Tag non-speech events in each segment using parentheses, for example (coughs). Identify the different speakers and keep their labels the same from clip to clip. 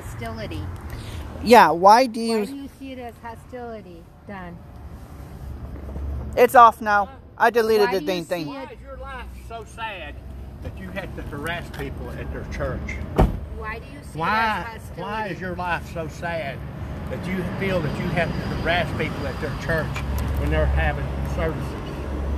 Speaker 1: hostility.
Speaker 2: Yeah, why do you?
Speaker 1: Why do you see it as hostility, Don?
Speaker 2: It's off now. I deleted
Speaker 1: Why
Speaker 2: the
Speaker 1: do you
Speaker 2: dang thing.
Speaker 1: see
Speaker 3: Why is your life so sad that you have to harass people at their church?
Speaker 1: Why do you see it
Speaker 3: Why,
Speaker 1: as hostility?
Speaker 3: why is your life so sad that you feel that you have to harass people at their church when they're having services?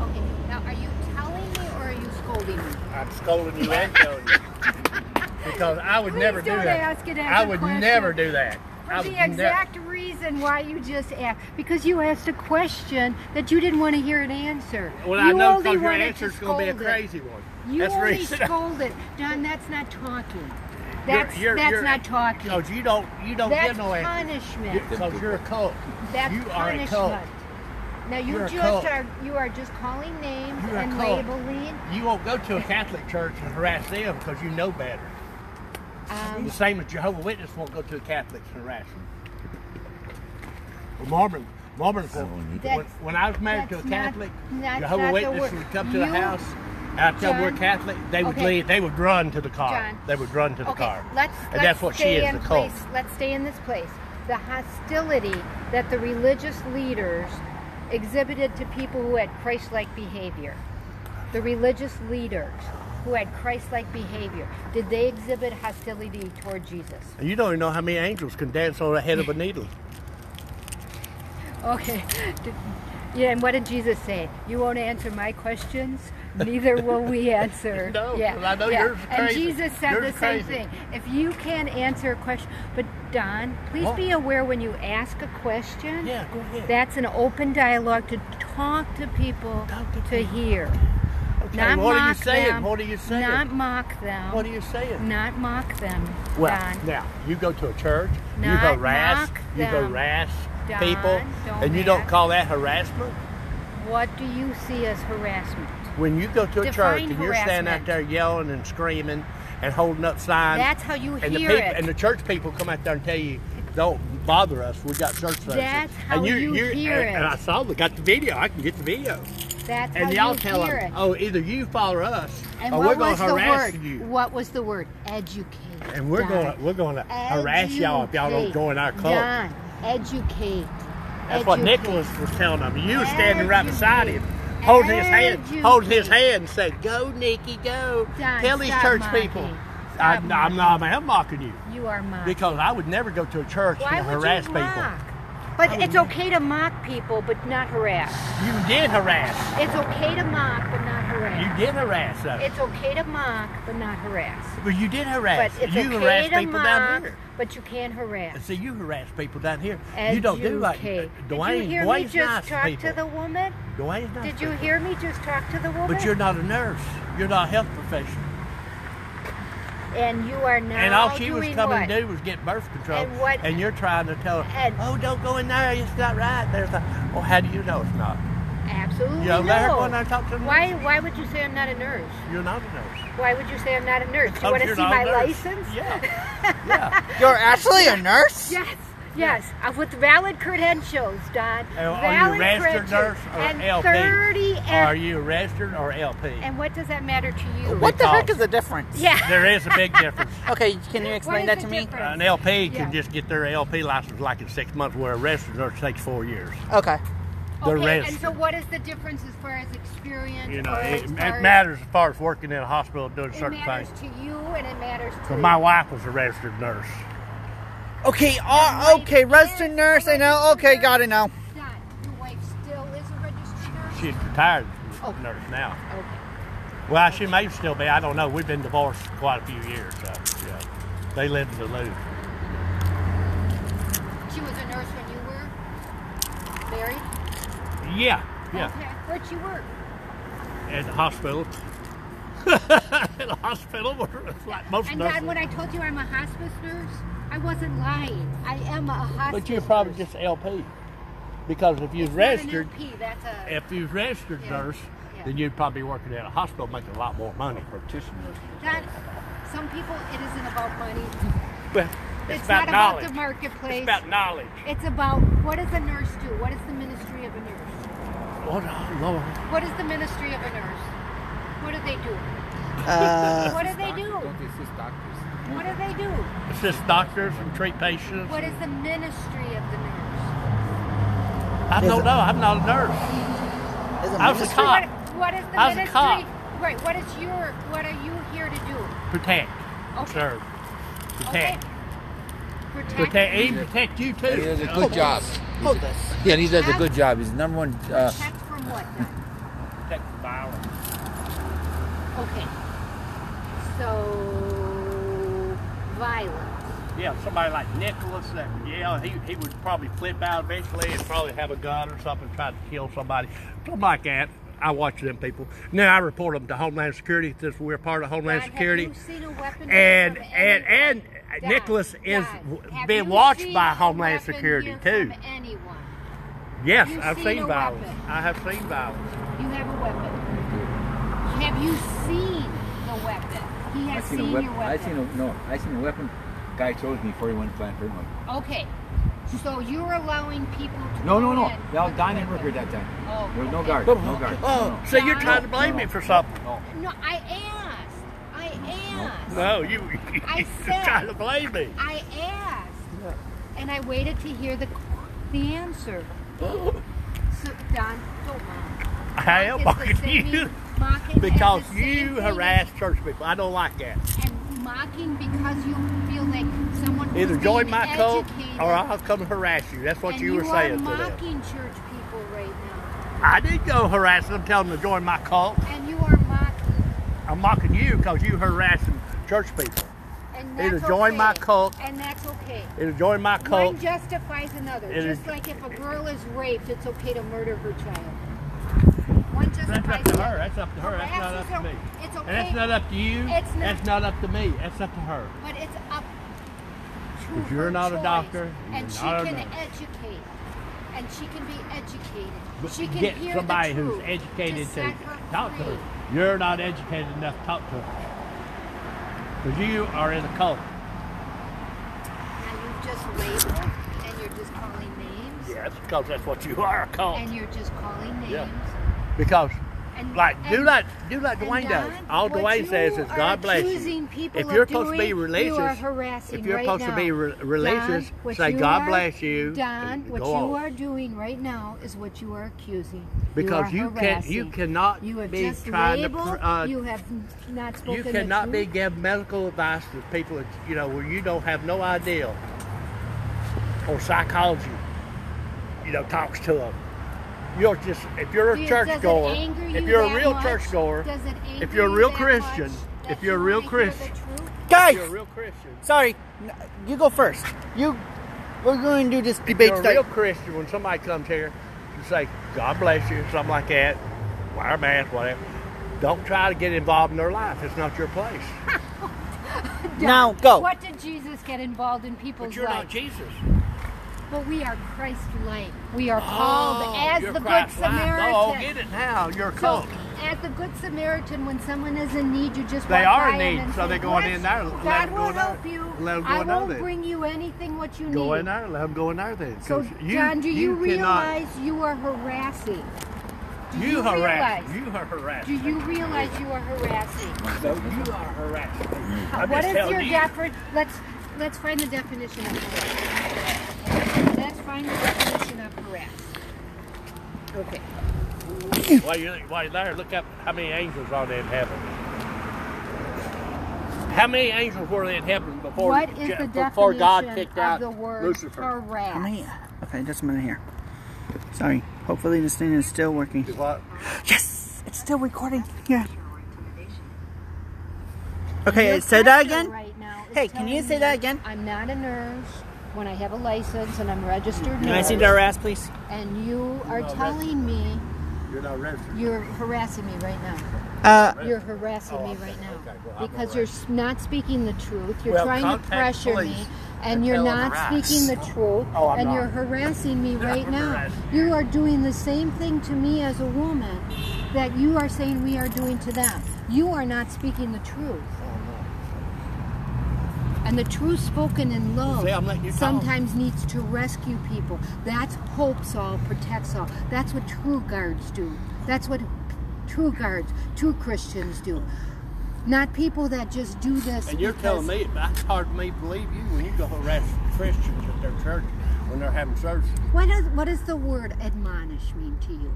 Speaker 1: Okay, now are you telling me or are you scolding me?
Speaker 3: I'm scolding you and telling you. (laughs) Because I would
Speaker 1: Please
Speaker 3: never do
Speaker 1: don't
Speaker 3: that.
Speaker 1: ask it as
Speaker 3: I
Speaker 1: a
Speaker 3: would
Speaker 1: question.
Speaker 3: never do that. I
Speaker 1: For
Speaker 3: would
Speaker 1: the
Speaker 3: nev-
Speaker 1: exact reason why you just asked, because you asked a question that you didn't want to hear an answer.
Speaker 3: well,
Speaker 1: you
Speaker 3: I know
Speaker 1: only
Speaker 3: because your
Speaker 1: wanted
Speaker 3: answer's
Speaker 1: to
Speaker 3: going to be a
Speaker 1: scold it.
Speaker 3: crazy one.
Speaker 1: You
Speaker 3: That's the
Speaker 1: only
Speaker 3: reason.
Speaker 1: scolded, Don. That's not talking.
Speaker 3: (laughs) You're-
Speaker 1: That's
Speaker 3: you're-
Speaker 1: that's
Speaker 3: you're-
Speaker 1: not talking.
Speaker 3: Because you don't, you don't
Speaker 1: that's
Speaker 3: get no answer.
Speaker 1: punishment.
Speaker 3: Because you're a cult.
Speaker 1: that's
Speaker 3: you are a
Speaker 1: punishment.
Speaker 3: cult.
Speaker 1: Now you
Speaker 3: You're a
Speaker 1: just
Speaker 3: cult.
Speaker 1: are you are just calling names
Speaker 3: You're a
Speaker 1: and
Speaker 3: cult.
Speaker 1: labeling.
Speaker 3: You won't go to a Catholic church and harass them because you know better.
Speaker 1: Um,
Speaker 3: The same as Jehovah's Witness won't go to a Catholic and harass them. Or Mormon, Mormons won't. When,
Speaker 1: That's-
Speaker 3: when I was married to a
Speaker 1: that's not-
Speaker 3: Catholic,
Speaker 1: that's
Speaker 3: Jehovah's
Speaker 1: not the
Speaker 3: Witness
Speaker 1: word.
Speaker 3: would come to the
Speaker 1: You-
Speaker 3: house. And I tell them we're
Speaker 1: John.
Speaker 3: Catholic. They would
Speaker 1: Okay.
Speaker 3: leave. They would run to the car.
Speaker 1: John.
Speaker 3: Ah, They would run to the
Speaker 1: okay,
Speaker 3: car.
Speaker 1: let's
Speaker 3: and
Speaker 1: let's
Speaker 3: that's what she
Speaker 1: stay
Speaker 3: is,
Speaker 1: in
Speaker 3: the cult.
Speaker 1: place. Let's stay in this place. The hostility that the religious leaders exhibited to people who had Christ-like behavior. The religious leaders who had Christ-like behavior. Did they exhibit hostility toward Jesus?
Speaker 3: And you don't even know how many angels can dance on the head of a needle.
Speaker 1: Okay. Did- Yeah, and what did Jesus say? You won't answer my questions, neither will
Speaker 3: (laughs)
Speaker 1: we answer.
Speaker 3: No,
Speaker 1: yeah,
Speaker 3: 'cause I know
Speaker 1: yeah.
Speaker 3: yours is
Speaker 1: And
Speaker 3: crazy.
Speaker 1: Jesus said
Speaker 3: Yours
Speaker 1: the
Speaker 3: is
Speaker 1: same
Speaker 3: crazy.
Speaker 1: thing. If you can't answer a question, but Don, please
Speaker 3: What?
Speaker 1: be aware when you ask a question,
Speaker 3: Yeah, go ahead.
Speaker 1: that's an open dialogue to talk to people
Speaker 3: Talk to people.
Speaker 1: hear.
Speaker 3: Okay,
Speaker 1: Not
Speaker 3: what are you
Speaker 1: mock
Speaker 3: saying?
Speaker 1: them.
Speaker 3: What are you saying?
Speaker 1: Not mock them.
Speaker 3: what are you saying?
Speaker 1: Not mock them,
Speaker 3: Well,
Speaker 1: Don.
Speaker 3: now you go to a church, you
Speaker 1: Not
Speaker 3: harass,
Speaker 1: mock
Speaker 3: you
Speaker 1: them.
Speaker 3: harass
Speaker 1: Don,
Speaker 3: people,
Speaker 1: don't
Speaker 3: and you don't
Speaker 1: act-
Speaker 3: call that harassment.
Speaker 1: What do you see as harassment?
Speaker 3: When you go to a
Speaker 1: Define
Speaker 3: church and you're standing
Speaker 1: harassment.
Speaker 3: out there yelling and screaming and holding up signs,
Speaker 1: That's how you
Speaker 3: and the
Speaker 1: hear
Speaker 3: people,
Speaker 1: it.
Speaker 3: and the church people come out there and tell you, "Don't bother us. We got church services."
Speaker 1: That's how
Speaker 3: and
Speaker 1: you hear
Speaker 3: and,
Speaker 1: it.
Speaker 3: And I saw, the got the video. I can get the video.
Speaker 1: That's
Speaker 3: And
Speaker 1: how
Speaker 3: y'all
Speaker 1: you
Speaker 3: tell
Speaker 1: hear
Speaker 3: them,
Speaker 1: it.
Speaker 3: "Oh, either you follow us,
Speaker 1: And
Speaker 3: or
Speaker 1: what
Speaker 3: we're going
Speaker 1: was
Speaker 3: to
Speaker 1: the
Speaker 3: harass
Speaker 1: word?
Speaker 3: you."
Speaker 1: What was the word? Educate.
Speaker 3: And we're
Speaker 1: Don.
Speaker 3: going to we're going to harass y'all if y'all don't
Speaker 1: Educate.
Speaker 3: join our cult.
Speaker 1: Don, educate.
Speaker 3: That's what
Speaker 1: Educate.
Speaker 3: Nicholas was telling him. You were standing right beside him,
Speaker 1: Educate.
Speaker 3: holding his hand, holding his
Speaker 1: Educate.
Speaker 3: hand, and said, "Go, Nikki, go."
Speaker 1: Don,
Speaker 3: Tell these
Speaker 1: stop
Speaker 3: church
Speaker 1: mocking.
Speaker 3: people,
Speaker 1: Stop
Speaker 3: I, am
Speaker 1: mocking.
Speaker 3: not. I'm mocking you
Speaker 1: You are mocked.
Speaker 3: because I would never go to a church
Speaker 1: Why
Speaker 3: and
Speaker 1: would
Speaker 3: harass
Speaker 1: you
Speaker 3: people.
Speaker 1: mock? But it's okay to mock people, but not harass.
Speaker 3: You did harass.
Speaker 1: It's okay to mock, but not harass.
Speaker 3: You did harass us.
Speaker 1: It's okay to mock, but not harass.
Speaker 3: but you did
Speaker 1: But
Speaker 3: harass.
Speaker 1: it's
Speaker 3: you
Speaker 1: okay
Speaker 3: harass
Speaker 1: to
Speaker 3: people
Speaker 1: mock,
Speaker 3: down here.
Speaker 1: but you can't harass.
Speaker 3: See, you harass people down here. You don't do like
Speaker 1: Educate.
Speaker 3: Dwayne.
Speaker 1: Did you hear
Speaker 3: Dwayne's
Speaker 1: me just
Speaker 3: nice
Speaker 1: talk
Speaker 3: people.
Speaker 1: to the woman?
Speaker 3: Dwayne's nice
Speaker 1: Did you
Speaker 3: people.
Speaker 1: hear me just talk to the woman?
Speaker 3: But you're not a nurse. You're not a health professional.
Speaker 1: and you are now
Speaker 3: And all she was
Speaker 1: doing
Speaker 3: coming
Speaker 1: what?
Speaker 3: to do was get birth control.
Speaker 1: And what-
Speaker 3: you're trying to tell her,
Speaker 1: And-
Speaker 3: oh, don't go in there. It's not right. There's a, well, how do you know it's not?
Speaker 1: Absolutely
Speaker 3: You know, let her
Speaker 1: no.
Speaker 3: go in there and talk to the
Speaker 1: Why? Why would you say I'm not a nurse?
Speaker 3: You're not a nurse.
Speaker 1: Why would you say I'm not a nurse? Do you want to
Speaker 3: Oh, You're
Speaker 1: see
Speaker 3: not a
Speaker 1: my
Speaker 3: nurse.
Speaker 1: license? (laughs)
Speaker 3: Yeah. yeah.
Speaker 2: You're actually a nurse?
Speaker 1: Yes. Yes, uh, with valid credentials, Don.
Speaker 3: Oh, Are- Are
Speaker 1: valid
Speaker 3: you registered
Speaker 1: credentials.
Speaker 3: nurse or
Speaker 1: and
Speaker 3: LP?
Speaker 1: 30 and,
Speaker 3: Are you registered or LP?
Speaker 1: and what does that matter to you?
Speaker 2: What the heck
Speaker 3: Because-
Speaker 2: is the difference?
Speaker 1: Yeah.
Speaker 3: There is a big
Speaker 1: (laughs)
Speaker 3: difference.
Speaker 2: Okay, can you
Speaker 1: What is
Speaker 2: explain that
Speaker 1: the
Speaker 2: to me?
Speaker 1: difference?
Speaker 3: An LP can
Speaker 1: Yeah.
Speaker 3: just get their LP license like in six months, where a registered nurse takes four years.
Speaker 2: Okay.
Speaker 1: okay,
Speaker 3: They're
Speaker 1: and
Speaker 3: registered.
Speaker 1: so what is the difference as far as experience?
Speaker 3: You know,
Speaker 1: or as
Speaker 3: it, it
Speaker 1: far as-
Speaker 3: matters as far as working in a hospital doing
Speaker 1: It
Speaker 3: certain
Speaker 1: matters
Speaker 3: things.
Speaker 1: to you and it matters to
Speaker 3: So my wife was a registered nurse.
Speaker 2: Okay, uh, okay, registered nurse, I know. Okay, got it now.
Speaker 1: Don, your wife still is a registered nurse?
Speaker 3: She's retired
Speaker 1: Oh.
Speaker 3: nurse now.
Speaker 1: Okay.
Speaker 3: Well, she may still be. I don't know. We've been divorced quite a few years. So, yeah. They live in Duluth.
Speaker 1: She was a nurse when you were married?
Speaker 3: Yeah, yeah.
Speaker 1: Okay. Where'd she work?
Speaker 3: At the hospital. (laughs) At the hospital, where it's like most
Speaker 1: And
Speaker 3: nurses.
Speaker 1: Dad, when I told you I'm a hospice nurse, I wasn't lying. I am a hospice
Speaker 3: but you're probably
Speaker 1: nurse.
Speaker 3: just LP. Because if you've
Speaker 1: It's not an
Speaker 3: registered,
Speaker 1: LP, that's a,
Speaker 3: if you've registered
Speaker 1: Yeah,
Speaker 3: nurse,
Speaker 1: yeah.
Speaker 3: then you'd probably be working at a hospital making a lot more money.
Speaker 4: practitioners.
Speaker 1: Don, some people, it isn't about money.
Speaker 3: But
Speaker 1: It's,
Speaker 3: it's,
Speaker 1: not
Speaker 3: about
Speaker 1: about
Speaker 3: knowledge.
Speaker 1: the marketplace.
Speaker 3: it's about knowledge.
Speaker 1: It's about what does a nurse do? What is the ministry of a nurse?
Speaker 3: What, oh, Lord.
Speaker 1: What is the ministry of a nurse? What do they do?
Speaker 2: Uh,
Speaker 1: what do they do?
Speaker 4: Don't they assist doctors?
Speaker 1: What do they do?
Speaker 3: Assist doctors and treat patients.
Speaker 1: What is the ministry of the nurse?
Speaker 3: I don't know. I'm not a nurse.
Speaker 2: There's
Speaker 3: I was a
Speaker 2: ministry-
Speaker 3: cop.
Speaker 1: What, what is the
Speaker 3: I was a
Speaker 1: ministry?
Speaker 3: cop.
Speaker 1: Right. What is your? What are you here to do?
Speaker 3: Protect.
Speaker 1: Okay.
Speaker 3: Serve.
Speaker 1: Okay.
Speaker 3: Protect.
Speaker 1: Protect.
Speaker 3: Protect. And protect you too.
Speaker 4: And he does a
Speaker 3: you know?
Speaker 4: good job.
Speaker 2: Hold this.
Speaker 4: Yeah, and he does a good job. He's the number one. Uh,
Speaker 1: Protect from what? Then?
Speaker 3: Protect the violence.
Speaker 1: Okay. So violence.
Speaker 3: Yeah, somebody like Nicholas, that, yeah, he, he would probably flip out eventually and probably have a gun or something, try to kill somebody. Something like that. I watch them people. Now I report them to Homeland Security since we're part of
Speaker 1: Don,
Speaker 3: Homeland
Speaker 1: have
Speaker 3: Security.
Speaker 1: you seen a weapon
Speaker 3: And-
Speaker 1: used from
Speaker 3: and-
Speaker 1: anyone?
Speaker 3: and
Speaker 1: Don,
Speaker 3: Nicholas is
Speaker 1: Don,
Speaker 3: w-
Speaker 1: have
Speaker 3: being
Speaker 1: you
Speaker 3: watched
Speaker 1: seen
Speaker 3: by
Speaker 1: a
Speaker 3: Homeland
Speaker 1: weapon
Speaker 3: Security,
Speaker 1: used
Speaker 3: too.
Speaker 1: from anyone?
Speaker 3: Yes,
Speaker 1: You've
Speaker 3: I've
Speaker 1: seen
Speaker 3: seen
Speaker 1: a
Speaker 3: violence.
Speaker 1: weapon.
Speaker 3: I have seen violence.
Speaker 1: You have a weapon. Have you seen the weapon? He
Speaker 4: I
Speaker 1: has
Speaker 4: seen
Speaker 1: seen,
Speaker 4: a weapon.
Speaker 1: your
Speaker 4: I
Speaker 1: weapon.
Speaker 4: seen a no. I seen a weapon. Guy shows me before he went to Planned Parenthood.
Speaker 1: Okay, so you're allowing people to
Speaker 4: No, no,
Speaker 1: go
Speaker 4: no.
Speaker 1: in
Speaker 4: Y'all
Speaker 1: with
Speaker 4: Don
Speaker 1: a
Speaker 4: and
Speaker 1: weapon.
Speaker 4: Rooker at that time.
Speaker 1: Oh,
Speaker 4: There was no
Speaker 1: okay.
Speaker 4: guard. No guard.
Speaker 2: Oh.
Speaker 4: No,
Speaker 3: So you're trying to blame me for something.
Speaker 4: no.
Speaker 1: No, I asked. I asked.
Speaker 3: No, you, (laughs)
Speaker 1: I
Speaker 3: you're
Speaker 1: said-
Speaker 3: trying to blame me.
Speaker 1: I asked, and I waited to hear the the answer.
Speaker 4: Oh.
Speaker 1: so Don, don't mock.
Speaker 3: I am
Speaker 1: It's the
Speaker 3: mocking
Speaker 1: same-
Speaker 3: (laughs) you
Speaker 1: mocking is
Speaker 3: because
Speaker 1: the same
Speaker 3: you
Speaker 1: thing
Speaker 3: harass church people. I don't like that.
Speaker 1: and mocking because you feel like someone who's
Speaker 3: Either join
Speaker 1: being
Speaker 3: my cult
Speaker 1: educated,
Speaker 3: or I'll come harass you. That's what
Speaker 1: and
Speaker 3: you
Speaker 1: are
Speaker 3: were saying to them.
Speaker 1: mocking church people right now,
Speaker 3: I did go harass them, tell them to join my cult.
Speaker 1: and you are mocking.
Speaker 3: I'm mocking you because you harassing church people.
Speaker 1: And
Speaker 3: Either
Speaker 1: that's
Speaker 3: join my
Speaker 1: okay.
Speaker 3: cult-
Speaker 1: and that's okay.
Speaker 3: It'll join my cult.
Speaker 1: One justifies another.
Speaker 3: It
Speaker 1: Just
Speaker 3: is-
Speaker 1: like if a girl is raped, it's okay to murder her child. One
Speaker 3: That's
Speaker 1: justifies
Speaker 3: up to
Speaker 1: the
Speaker 3: her.
Speaker 1: other.
Speaker 3: That's up to her. That's not
Speaker 1: Perhaps
Speaker 3: up to me.
Speaker 1: it's o- It's okay.
Speaker 3: And that's not up to you.
Speaker 1: It's not-
Speaker 3: That's not up to me. That's up to her.
Speaker 1: But it's up to
Speaker 3: If you're
Speaker 1: her
Speaker 3: not a
Speaker 1: choice.
Speaker 3: doctor, you're
Speaker 1: and she
Speaker 3: not a
Speaker 1: can
Speaker 3: nurse.
Speaker 1: educate, and she can be educated.
Speaker 3: But
Speaker 1: she can
Speaker 3: get
Speaker 1: hear
Speaker 3: somebody
Speaker 1: the
Speaker 3: who's
Speaker 1: truth
Speaker 3: educated
Speaker 1: to,
Speaker 3: to,
Speaker 1: set her
Speaker 3: talk to
Speaker 1: free.
Speaker 3: her. You're not educated enough to talk to her. Because you are in a cult.
Speaker 1: Now you've just labeled, and you're just calling names,
Speaker 3: Yes, because that's what you are, a cult.
Speaker 1: and you're just calling names.
Speaker 3: Yeah. because
Speaker 1: And,
Speaker 3: like do
Speaker 1: and-
Speaker 3: like do like
Speaker 1: and
Speaker 3: Dwayne does.
Speaker 1: God,
Speaker 3: All
Speaker 1: what
Speaker 3: Dwayne
Speaker 1: you
Speaker 3: says is
Speaker 1: are
Speaker 3: God bless you.
Speaker 1: accusing people
Speaker 3: If
Speaker 1: of
Speaker 3: you're supposed to
Speaker 1: doing,
Speaker 3: be
Speaker 1: you are
Speaker 3: religious,
Speaker 1: harassing
Speaker 3: if you're
Speaker 1: right
Speaker 3: supposed to be
Speaker 1: now.
Speaker 3: re-
Speaker 1: Don,
Speaker 3: religious,
Speaker 1: what
Speaker 3: say
Speaker 1: you
Speaker 3: God
Speaker 1: are-
Speaker 3: bless you.
Speaker 1: Don,
Speaker 3: and
Speaker 1: what
Speaker 3: go
Speaker 1: you
Speaker 3: on.
Speaker 1: are doing right now is what you are accusing.
Speaker 3: Because
Speaker 1: you,
Speaker 3: you
Speaker 1: are
Speaker 3: can't- you
Speaker 1: harassing.
Speaker 3: cannot
Speaker 1: You have
Speaker 3: be
Speaker 1: just
Speaker 3: trying to
Speaker 1: labeled,
Speaker 3: pr- uh,
Speaker 1: you have not spoken.
Speaker 3: You
Speaker 1: the
Speaker 3: cannot be
Speaker 1: truth.
Speaker 3: give medical advice to people that you know where you don't have no idea, or psychology. You know, talks to them. You're just if you're a
Speaker 1: Do you- does
Speaker 3: church
Speaker 1: it
Speaker 3: goer,
Speaker 1: anger
Speaker 3: if
Speaker 1: you
Speaker 3: you're a
Speaker 1: that
Speaker 3: real
Speaker 1: much?
Speaker 3: church goer,
Speaker 1: Does it anger
Speaker 3: if you're a
Speaker 1: you
Speaker 3: real
Speaker 1: that
Speaker 3: Christian,
Speaker 1: much
Speaker 3: if
Speaker 1: that
Speaker 3: you're a
Speaker 1: you
Speaker 3: real
Speaker 1: wanna hear the
Speaker 3: Christian,
Speaker 1: truth?
Speaker 3: if
Speaker 2: Guys,
Speaker 3: you're a real Christian.
Speaker 2: sorry. N- You go first. You. We're going to do this
Speaker 3: If
Speaker 2: debate.
Speaker 3: you're a
Speaker 2: start-
Speaker 3: real Christian, when somebody comes here, you say, God bless you, something like that, wear a mask, whatever. Don't try to get involved in their life. It's not your place.
Speaker 2: Now
Speaker 3: oh.
Speaker 2: go.
Speaker 1: What did Jesus get involved in people's lives?
Speaker 3: Jesus.
Speaker 1: But we are Christ-like. We are called as the Good Samaritan.
Speaker 3: Oh, get it now. You're
Speaker 1: So,
Speaker 3: a cult.
Speaker 1: as the Good Samaritan, when someone is in need, you just
Speaker 3: They
Speaker 1: walk
Speaker 3: are
Speaker 1: by
Speaker 3: in
Speaker 1: them
Speaker 3: need,
Speaker 1: and
Speaker 3: so
Speaker 1: say,
Speaker 3: they're going in there,
Speaker 1: "Bless
Speaker 3: let
Speaker 1: you. God
Speaker 3: them go
Speaker 1: will
Speaker 3: in there.
Speaker 1: help you.
Speaker 3: Let them go
Speaker 1: I
Speaker 3: in there
Speaker 1: won't
Speaker 3: then."
Speaker 1: bring you anything what you
Speaker 3: Go
Speaker 1: need."
Speaker 3: in there. Let them go in there then. 'cause
Speaker 1: So,
Speaker 3: you,
Speaker 1: John, do you,
Speaker 3: cannot-
Speaker 1: realize you are harassing? Do
Speaker 3: you, harass.
Speaker 1: realize-
Speaker 3: You are harassed.
Speaker 1: Do you realize you are harassing?
Speaker 3: So you are harassed. I'm
Speaker 1: what
Speaker 3: just
Speaker 1: is
Speaker 3: telling
Speaker 1: your
Speaker 3: you.
Speaker 1: definition? Let's let's find the definition of harass. Let's find the definition of harass. Okay.
Speaker 3: While you're, while you're there, look up how many angels are there in heaven. How many angels were there in heaven before,
Speaker 1: what is the
Speaker 3: before
Speaker 1: definition
Speaker 3: God kicked
Speaker 1: of
Speaker 3: out
Speaker 1: the word
Speaker 3: Lucifer?
Speaker 1: harass?
Speaker 2: Man. Okay, just a minute here. Sorry. Hopefully this thing is still working.
Speaker 3: What?
Speaker 2: Yes, it's still recording. Yeah. Okay, say that
Speaker 1: doctor
Speaker 2: again.
Speaker 1: right now is
Speaker 2: Hey, can you
Speaker 1: telling
Speaker 2: say
Speaker 1: me
Speaker 2: that again?
Speaker 1: I'm not a nurse when I have a license and I'm registered
Speaker 2: Can I
Speaker 1: nurse.
Speaker 2: see their ass, please?
Speaker 1: and you are
Speaker 3: No, that's-
Speaker 1: telling me
Speaker 3: You're not registered.
Speaker 1: you're harassing me right now.
Speaker 2: Uh,
Speaker 1: You're harassing
Speaker 3: Oh,
Speaker 1: me
Speaker 3: okay,
Speaker 1: right now
Speaker 3: okay, well, I'm
Speaker 1: because you're s- not speaking the truth. You're
Speaker 3: Well,
Speaker 1: trying to
Speaker 3: contact
Speaker 1: pressure me.
Speaker 3: police
Speaker 1: And
Speaker 3: and
Speaker 1: you're
Speaker 3: tell them
Speaker 1: not
Speaker 3: harass.
Speaker 1: speaking the truth,
Speaker 3: Oh, I'm
Speaker 1: and
Speaker 3: not.
Speaker 1: you're harassing
Speaker 3: (laughs)
Speaker 1: me right
Speaker 3: I'm
Speaker 1: now.
Speaker 3: harassing
Speaker 1: You are doing the same thing to me as a woman that you are saying we are doing to them. You are not speaking the truth. And the truth spoken in love
Speaker 3: See, I'm letting you talk.
Speaker 1: sometimes needs to rescue people. That's hopes all, protects all. That's what true guards do. That's what true guards, true Christians do. not people that just do this.
Speaker 3: And you're telling
Speaker 1: because-
Speaker 3: me, it's hard for me to believe you when you go harass Christians at their church when they're having services.
Speaker 1: What does what does the word admonish mean to you?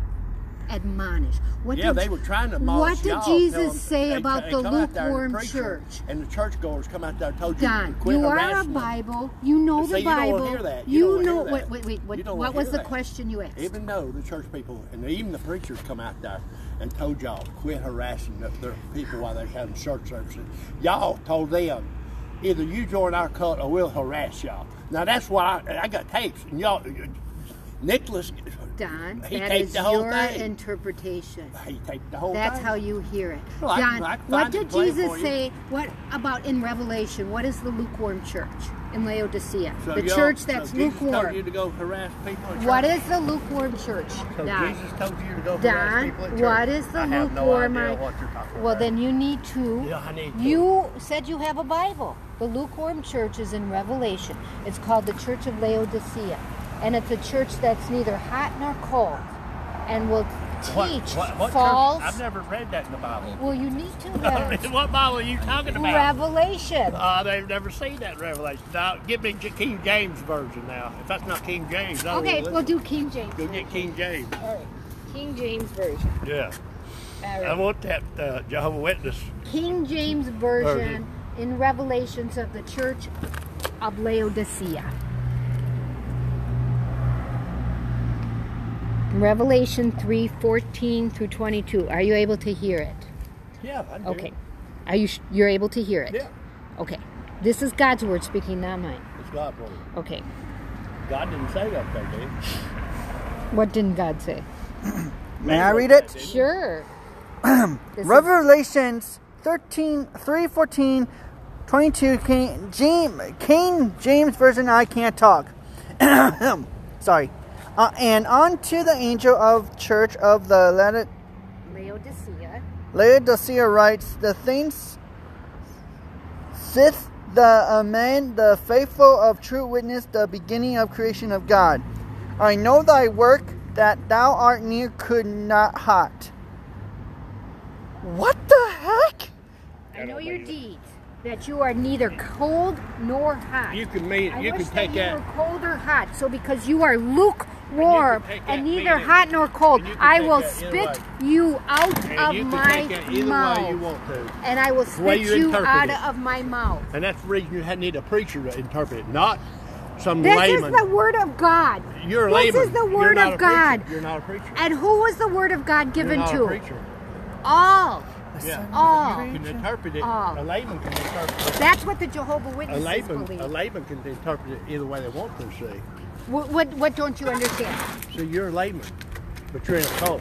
Speaker 1: Admonish. What
Speaker 3: Yeah,
Speaker 1: did,
Speaker 3: they were trying to demolish
Speaker 1: What did
Speaker 3: y'all, tell 'em
Speaker 1: Jesus say
Speaker 3: they-
Speaker 1: about
Speaker 3: they
Speaker 1: the
Speaker 3: come out there and the
Speaker 1: lukewarm
Speaker 3: preacher
Speaker 1: church?
Speaker 3: And the churchgoers come out there and told you to
Speaker 1: Don,
Speaker 3: quit
Speaker 1: you are a
Speaker 3: harassing them.
Speaker 1: Bible. You know
Speaker 3: But
Speaker 1: the
Speaker 3: see, you don't
Speaker 1: Bible.
Speaker 3: wanna hear that. You don't wanna
Speaker 1: know.
Speaker 3: hear
Speaker 1: Wait,
Speaker 3: that.
Speaker 1: wait, wait. What,
Speaker 3: You don't
Speaker 1: what
Speaker 3: wanna
Speaker 1: was
Speaker 3: hear
Speaker 1: the
Speaker 3: that.
Speaker 1: question you asked?
Speaker 3: Even though the church people and even the preachers come out there and told y'all to quit harassing the, their people while they're having church services, y'all told them either you join our cult or we'll harass y'all. Now that's what I, I got tapes and y'all, Nicholas,
Speaker 1: Don,
Speaker 3: he
Speaker 1: that
Speaker 3: taped
Speaker 1: is
Speaker 3: the whole
Speaker 1: your
Speaker 3: thing.
Speaker 1: interpretation.
Speaker 3: he taped the whole
Speaker 1: That's
Speaker 3: thing.
Speaker 1: how you hear it.
Speaker 3: Well, I-
Speaker 1: Don,
Speaker 3: I
Speaker 1: what
Speaker 3: find it
Speaker 1: did
Speaker 3: plain
Speaker 1: Jesus
Speaker 3: for you.
Speaker 1: say? What about in Revelation? What is the lukewarm church in Laodicea?
Speaker 3: So
Speaker 1: the
Speaker 3: y'all-
Speaker 1: church
Speaker 3: so
Speaker 1: that's
Speaker 3: Jesus
Speaker 1: lukewarm.
Speaker 3: Told you to go harass people. At
Speaker 1: What
Speaker 3: church?
Speaker 1: is the lukewarm church?
Speaker 3: So
Speaker 1: Don,
Speaker 3: Jesus told you to go harass
Speaker 1: Don
Speaker 3: people at church.
Speaker 1: what is the
Speaker 3: I have no
Speaker 1: lukewarm?
Speaker 3: idea
Speaker 1: I-
Speaker 3: what you're talking about.
Speaker 1: well, then you need to.
Speaker 3: Yeah, I need to.
Speaker 1: You said you have a Bible. The lukewarm church is in Revelation. It's called the Church of Laodicea, and it's a church that's neither hot nor cold, and will teach
Speaker 3: What- what- what church-
Speaker 1: false.
Speaker 3: I've never read that in the Bible. (laughs)
Speaker 1: Well, you need to have
Speaker 3: what Bible are you talking about?
Speaker 1: Revelation.
Speaker 3: Uh, they've never seen that in Revelation. Now, get me J- King James version now. If that's not King James, I don't
Speaker 1: Okay,
Speaker 3: wanna
Speaker 1: we'll
Speaker 3: listen.
Speaker 1: do King James.
Speaker 3: Go get King James.
Speaker 1: All right. King James version.
Speaker 3: Yeah,
Speaker 1: All
Speaker 3: I
Speaker 1: right.
Speaker 3: want that uh, Jehovah Witness.
Speaker 1: King James version in Revelations of the Church of Laodicea. Revelation 3 14 through 22. Are you able to hear it?
Speaker 3: Yeah, I do.
Speaker 1: Okay. Are you sh- you're able to hear it?
Speaker 3: Yeah.
Speaker 1: Okay. This is God's word speaking, not mine.
Speaker 3: It's God's word.
Speaker 1: Okay.
Speaker 3: God didn't say that, there, did he?
Speaker 1: What didn't God say?
Speaker 2: May I read it?
Speaker 1: Sure. This is-
Speaker 2: Revelations 13, 3, 14, 22, King James, King James Version, I can't talk. (coughs) Sorry. Uh, and on to the angel of church of the Laod-
Speaker 1: Laodicea.
Speaker 2: Laodicea writes, The things sith the amen, the faithful of true witness, the beginning of creation of God. I know thy work, that thou art near, could not hot. What the heck?
Speaker 1: I know your deeds, that you are neither cold nor hot.
Speaker 3: You can mean
Speaker 1: I
Speaker 3: you
Speaker 1: wish
Speaker 3: can take
Speaker 1: that you
Speaker 3: that.
Speaker 1: were cold or hot. So because you are lukewarm
Speaker 3: And you can take that
Speaker 1: and neither
Speaker 3: meaning.
Speaker 1: hot nor cold,
Speaker 3: And you can
Speaker 1: I
Speaker 3: take
Speaker 1: will
Speaker 3: that either
Speaker 1: spit
Speaker 3: way.
Speaker 1: you out of
Speaker 3: and you
Speaker 1: my
Speaker 3: can take that either way you
Speaker 1: mouth,
Speaker 3: want to.
Speaker 1: and I will
Speaker 3: the way
Speaker 1: spit
Speaker 3: you
Speaker 1: you
Speaker 3: interpret
Speaker 1: out
Speaker 3: it.
Speaker 1: of my mouth.
Speaker 3: And that's the reason you had- need a preacher to interpret it, not some
Speaker 1: This
Speaker 3: layman.
Speaker 1: is the word of God.
Speaker 3: You're a
Speaker 1: this
Speaker 3: layman.
Speaker 1: is the
Speaker 3: You're
Speaker 1: word
Speaker 3: not
Speaker 1: of
Speaker 3: a preacher.
Speaker 1: God.
Speaker 3: You're not a preacher.
Speaker 1: And who was the word of God
Speaker 3: You're
Speaker 1: given
Speaker 3: not
Speaker 1: to?
Speaker 3: a preacher.
Speaker 1: All.
Speaker 3: Yeah.
Speaker 1: All.
Speaker 3: You can interpret it.
Speaker 1: Oh.
Speaker 3: A layman can interpret it.
Speaker 1: That's what the Jehovah
Speaker 3: A
Speaker 1: Witnesses
Speaker 3: layman,
Speaker 1: believe.
Speaker 3: a layman can interpret it either way they want to see.
Speaker 1: what, what, what don't you understand?
Speaker 3: So you're a layman, but you're in a cult.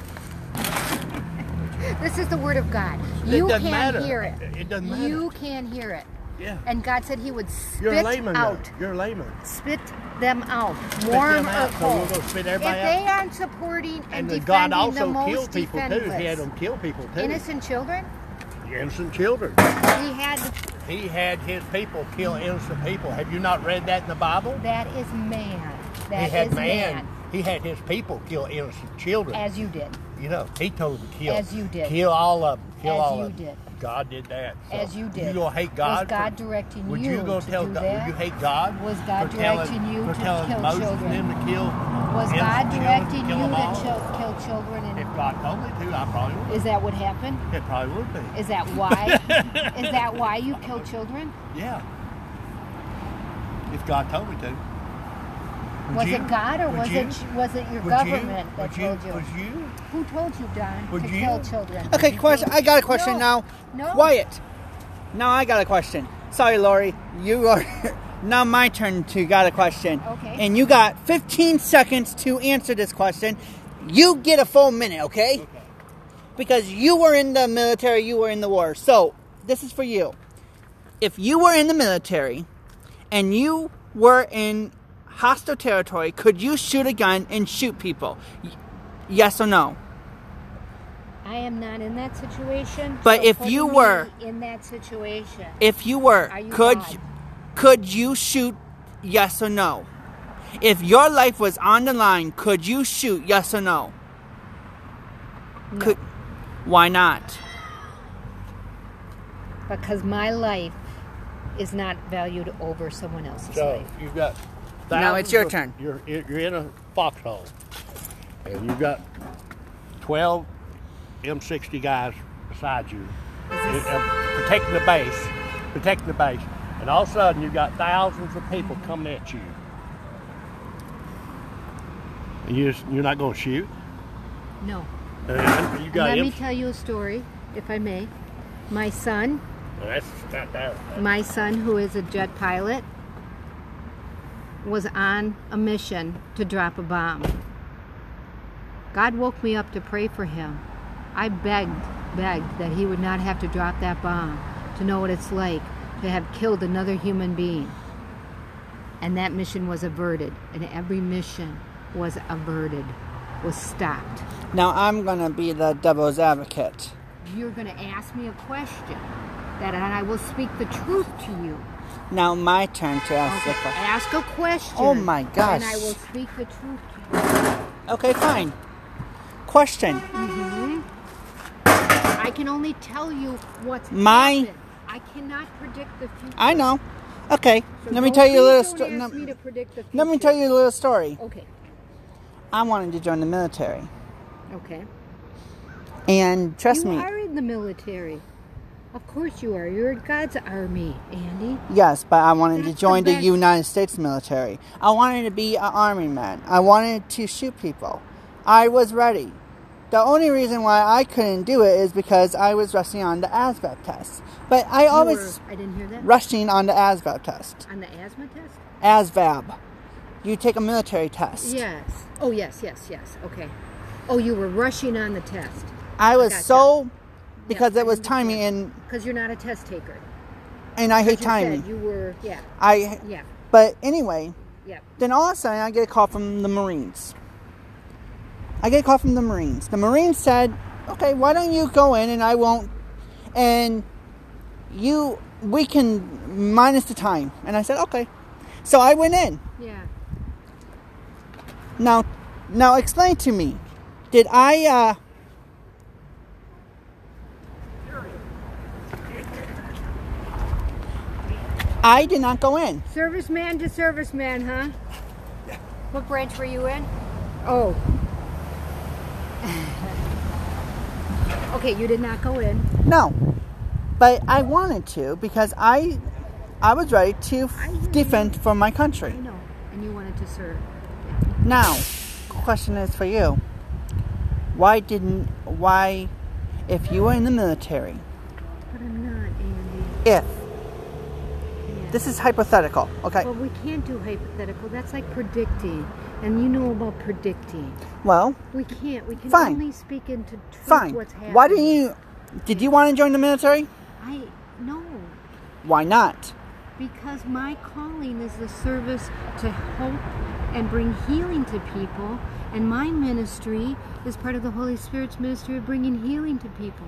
Speaker 1: This is the word of God. You
Speaker 3: doesn't
Speaker 1: can
Speaker 3: matter.
Speaker 1: hear it.
Speaker 3: It doesn't matter.
Speaker 1: You can hear it.
Speaker 3: Yeah.
Speaker 1: And God said He would
Speaker 3: You're
Speaker 1: spit
Speaker 3: a layman. though.
Speaker 1: out,
Speaker 3: You're a layman.
Speaker 1: spit them out, warm
Speaker 3: them out,
Speaker 1: or
Speaker 3: so
Speaker 1: cold.
Speaker 3: we're gonna spit
Speaker 1: if
Speaker 3: everybody
Speaker 1: they aren't supporting and,
Speaker 3: And, then
Speaker 1: defending
Speaker 3: God
Speaker 1: the
Speaker 3: also
Speaker 1: most
Speaker 3: killed people too. He had
Speaker 1: defenseless,
Speaker 3: them kill people too.
Speaker 1: innocent children,
Speaker 3: Innocent children.
Speaker 1: He had.
Speaker 3: He had his people kill innocent people. Have you not read that in the Bible?
Speaker 1: That is man. That is
Speaker 3: he had man. He had his people kill innocent children.
Speaker 1: As you did.
Speaker 3: You know, he told them to kill.
Speaker 1: As you did.
Speaker 3: Kill all of them. Kill
Speaker 1: As
Speaker 3: all
Speaker 1: you
Speaker 3: of them.
Speaker 1: did.
Speaker 3: God did that. So
Speaker 1: As you did.
Speaker 3: You gonna hate
Speaker 1: Was
Speaker 3: God? for-
Speaker 1: God directing
Speaker 3: would
Speaker 1: you
Speaker 3: gonna
Speaker 1: to
Speaker 3: tell
Speaker 1: do
Speaker 3: God?
Speaker 1: that?
Speaker 3: Would you hate God?
Speaker 1: Was God
Speaker 3: for telling-
Speaker 1: directing you
Speaker 3: for
Speaker 1: to
Speaker 3: telling
Speaker 1: kill
Speaker 3: Moses
Speaker 1: children?
Speaker 3: and them to kill?
Speaker 1: Was
Speaker 3: innocent
Speaker 1: God
Speaker 3: children,
Speaker 1: directing
Speaker 3: kill
Speaker 1: you
Speaker 3: them all?
Speaker 1: to chil- kill children?
Speaker 3: If
Speaker 1: And
Speaker 3: God told me to, I probably would.
Speaker 1: is that what happened?
Speaker 3: It probably would be.
Speaker 1: Is that why?
Speaker 3: (laughs)
Speaker 1: is that why you kill children?
Speaker 3: Yeah. If God told me to. Would
Speaker 1: was
Speaker 3: you?
Speaker 1: it God or
Speaker 3: Would
Speaker 1: was
Speaker 3: you?
Speaker 1: it was it your
Speaker 3: Would
Speaker 1: government that
Speaker 3: you? Would
Speaker 1: told you?
Speaker 3: Would you?
Speaker 1: Who told you, Don,
Speaker 3: Would
Speaker 1: to
Speaker 3: you?
Speaker 1: kill children?
Speaker 2: Okay, question. I got a question
Speaker 1: No,
Speaker 2: now.
Speaker 1: no.
Speaker 2: Quiet. Now I got a question. Sorry, Lori. You are (laughs) now my turn to got a question.
Speaker 1: Okay.
Speaker 2: And you got 15 seconds to answer this question. You get a full minute, okay? okay? Because you were in the military, you were in the war. So this is for you. If you were in the military and you were in hostile territory, could you shoot a gun and shoot people? Y- Yes or no?
Speaker 1: I am not in that situation.
Speaker 2: But
Speaker 1: so
Speaker 2: if
Speaker 1: putting
Speaker 2: you
Speaker 1: me
Speaker 2: were-
Speaker 1: in that situation,
Speaker 2: If you were,
Speaker 1: Are you
Speaker 2: could
Speaker 1: God?
Speaker 2: could you shoot yes or no? If your life was on the line, could you shoot yes or no? Could why not?
Speaker 1: because my life is not valued over someone else's
Speaker 3: So
Speaker 1: life.
Speaker 3: you've got.
Speaker 2: Now it's your
Speaker 3: thousands of-
Speaker 2: turn.
Speaker 3: You're you're in a foxhole, and you've got twelve M60 guys beside you, uh, protecting the base, protecting the base, and all of a sudden you've got thousands of people coming at you. And you just, you're not going to shoot.
Speaker 1: No.
Speaker 3: And you got
Speaker 1: Let me
Speaker 3: M-
Speaker 1: tell you a story, if I may. My son,
Speaker 3: That's not there.
Speaker 1: my son who is a jet pilot, was on a mission to drop a bomb. God woke me up to pray for him. I begged, begged that he would not have to drop that bomb, to know what it's like to have killed another human being. And that mission was averted, and every mission was averted, was stopped.
Speaker 2: Now I'm gonna be the devil's advocate.
Speaker 1: You're going to ask me a question that and I will speak the truth to you.
Speaker 2: Now my turn to ask the question.
Speaker 1: Ask a question.
Speaker 2: Oh my gosh.
Speaker 1: And I will speak the truth to you.
Speaker 2: Okay, fine. Question.
Speaker 1: I can only tell you what's
Speaker 2: My-
Speaker 1: happened. I cannot predict the future.
Speaker 2: I know. Okay,
Speaker 1: So
Speaker 2: let me
Speaker 1: don't-
Speaker 2: tell you a little
Speaker 1: please don't ask
Speaker 2: story. Let,
Speaker 1: me to predict the future.
Speaker 2: let me tell you a little story.
Speaker 1: Okay.
Speaker 2: I wanted to join the military,
Speaker 1: Okay.
Speaker 2: and trust
Speaker 1: you
Speaker 2: me,
Speaker 1: are in the military. Of course you are. You're in God's army, Andy.
Speaker 2: yes, but I wanted to
Speaker 1: That's the
Speaker 2: join the,
Speaker 1: best.
Speaker 2: United States military. I wanted to be an army man. I wanted to shoot people. I was ready. The only reason why I couldn't do it is because I was rushing on the ASVAB test. But I
Speaker 1: You
Speaker 2: always
Speaker 1: were- I didn't hear that.
Speaker 2: rushing on the ASVAB test.
Speaker 1: On the asthma test?
Speaker 2: ASVAB. You take a military test.
Speaker 1: Yes. Oh, yes, yes, yes. Okay. Oh, you were rushing on the test.
Speaker 2: I was
Speaker 1: gotcha.
Speaker 2: so because it was timing and
Speaker 1: Because you're not a test taker.
Speaker 2: and I hate
Speaker 1: You said
Speaker 2: timing.
Speaker 1: You were, yeah,
Speaker 2: I
Speaker 1: yeah,
Speaker 2: but anyway,
Speaker 1: yeah.
Speaker 2: then all of a sudden I get a call from the Marines. I get a call from the Marines. The Marines said, "Okay, why don't you go in and I won't and you we can minus the time." And I said, "Okay." So I went in.
Speaker 1: Yeah.
Speaker 2: Now, now explain to me. Did I uh I did not go in.
Speaker 1: Serviceman to serviceman, huh? What branch were you in? Oh. (laughs) okay, you did not go in.
Speaker 2: No. But I wanted to because I I was ready to
Speaker 1: I hear
Speaker 2: defend for my
Speaker 1: I
Speaker 2: country.
Speaker 1: know. And you wanted to serve.
Speaker 2: Now, question is for you. Why didn't why if you were in the military,
Speaker 1: But I'm not, Andy.
Speaker 2: if
Speaker 1: Yeah.
Speaker 2: this is hypothetical, okay?
Speaker 1: Well, we can't do hypothetical. That's like predicting. And you know about predicting.
Speaker 2: Well,
Speaker 1: We can't. We can
Speaker 2: Fine.
Speaker 1: only speak into truth
Speaker 2: fine.
Speaker 1: what's happening.
Speaker 2: Why didn't you did you want to join the military?
Speaker 1: I no,
Speaker 2: Why not?
Speaker 1: because my calling is the service to hope and bring healing to people, and my ministry is part of the Holy Spirit's ministry of bringing healing to people.